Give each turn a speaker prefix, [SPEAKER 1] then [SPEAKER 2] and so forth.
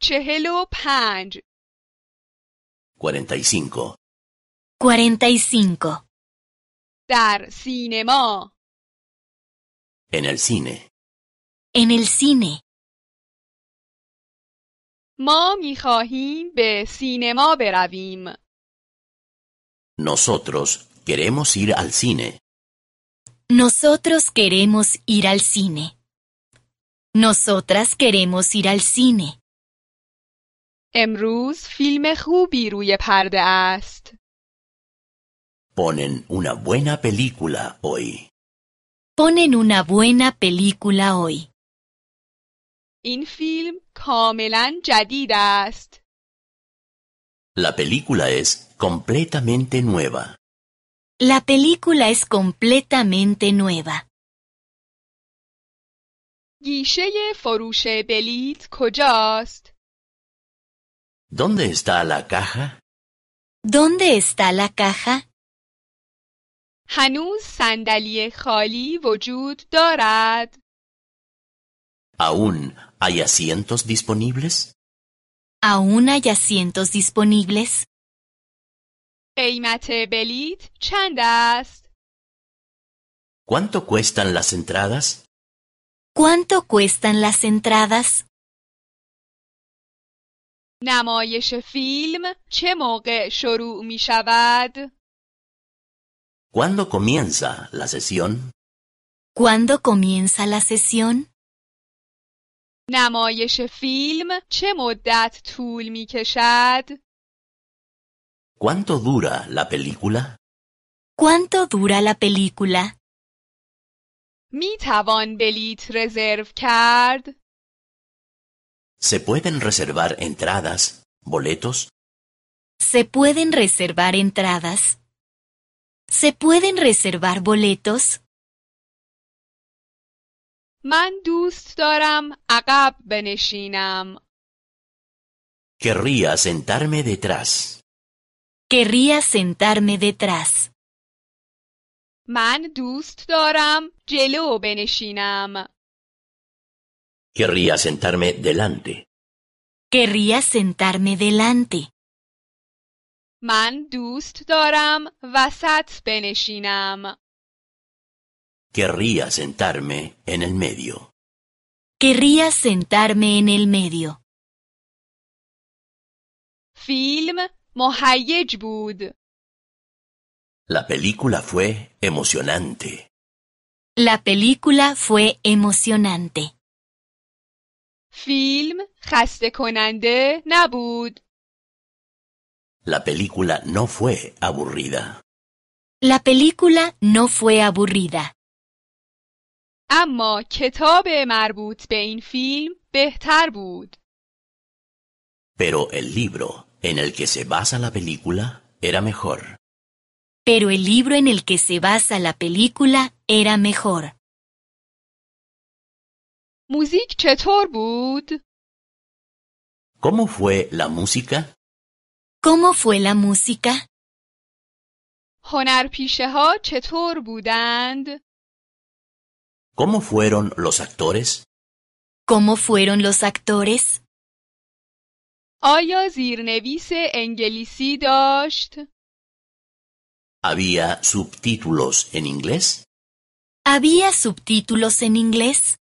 [SPEAKER 1] چهل و پنج
[SPEAKER 2] 45.
[SPEAKER 3] 45.
[SPEAKER 1] در سینما
[SPEAKER 2] En el cine.
[SPEAKER 3] En el cine.
[SPEAKER 1] ما میخواهیم به سینما برویم
[SPEAKER 2] Nosotros queremos ir al cine.
[SPEAKER 3] Nosotros queremos ir al cine. Nosotras queremos ir al cine.
[SPEAKER 1] امروز فیلم خوبی روی پرده است
[SPEAKER 2] Ponen una buena película hoy.
[SPEAKER 3] Ponen una buena película hoy.
[SPEAKER 1] این فیلم کاملا جدید است
[SPEAKER 2] La película es completamente nueva.
[SPEAKER 3] La película es completamente nueva.
[SPEAKER 1] گیشه فروش بلیت کجاست
[SPEAKER 2] ¿Dónde está la caja?
[SPEAKER 3] ¿Dónde está la caja?
[SPEAKER 1] هنوز صندلی خالی وجود دارد
[SPEAKER 2] ¿Aún hay asientos disponibles?
[SPEAKER 3] ¿Aún hay asientos disponibles?
[SPEAKER 1] قیمت بلیت چند است
[SPEAKER 2] ¿Cuánto cuestan las entradas?
[SPEAKER 3] ¿Cuánto cuestan las entradas?
[SPEAKER 1] نمایش فیلم چه موقع شروع می شود؟
[SPEAKER 2] ¿Cuándo comienza la sesión?
[SPEAKER 3] ¿Cuándo comienza la sesión?
[SPEAKER 1] نمایش فیلم چه مدت طول می کشد؟
[SPEAKER 2] ¿Cuánto dura la película?
[SPEAKER 3] ¿Cuánto dura la película?
[SPEAKER 1] می توان بلیت رزرو کرد؟
[SPEAKER 2] ¿Se pueden reservar entradas, boletos?
[SPEAKER 3] ¿Se pueden reservar entradas? ¿Se pueden reservar boletos?
[SPEAKER 1] من دوست دارم عقب بنشینم.
[SPEAKER 2] Querría sentarme detrás.
[SPEAKER 3] Querría sentarme detrás.
[SPEAKER 1] من دوست دارم جلو بنشینم.
[SPEAKER 2] Querría sentarme delante.
[SPEAKER 3] Querría sentarme delante.
[SPEAKER 1] من دوست دارم وسط بنشینم.
[SPEAKER 2] Querría sentarme en el medio.
[SPEAKER 3] Querría sentarme en el medio.
[SPEAKER 1] فیلم مهیج بود.
[SPEAKER 2] La película fue emocionante.
[SPEAKER 3] La película fue emocionante.
[SPEAKER 1] فیلم خسته کننده نبود.
[SPEAKER 2] La película no fue aburrida.
[SPEAKER 3] La película no fue aburrida,
[SPEAKER 1] اما کتاب مربوط به این فیلم بهتر بود.
[SPEAKER 2] Pero el libro en el que se basa la película era mejor.
[SPEAKER 3] pero el libro en el que se basa la película era mejor.
[SPEAKER 1] موزیک چطور بود؟
[SPEAKER 2] ¿Cómo fue la música?
[SPEAKER 3] ¿Cómo fue la música?
[SPEAKER 1] هنرپیشه ها چطور بودند؟
[SPEAKER 2] ¿Cómo fueron los actores?
[SPEAKER 3] ¿Cómo fueron los actores?
[SPEAKER 1] آیا زیرنویس انگلیسی داشت؟
[SPEAKER 2] ¿Había subtítulos en inglés?
[SPEAKER 3] ¿Había subtítulos en inglés?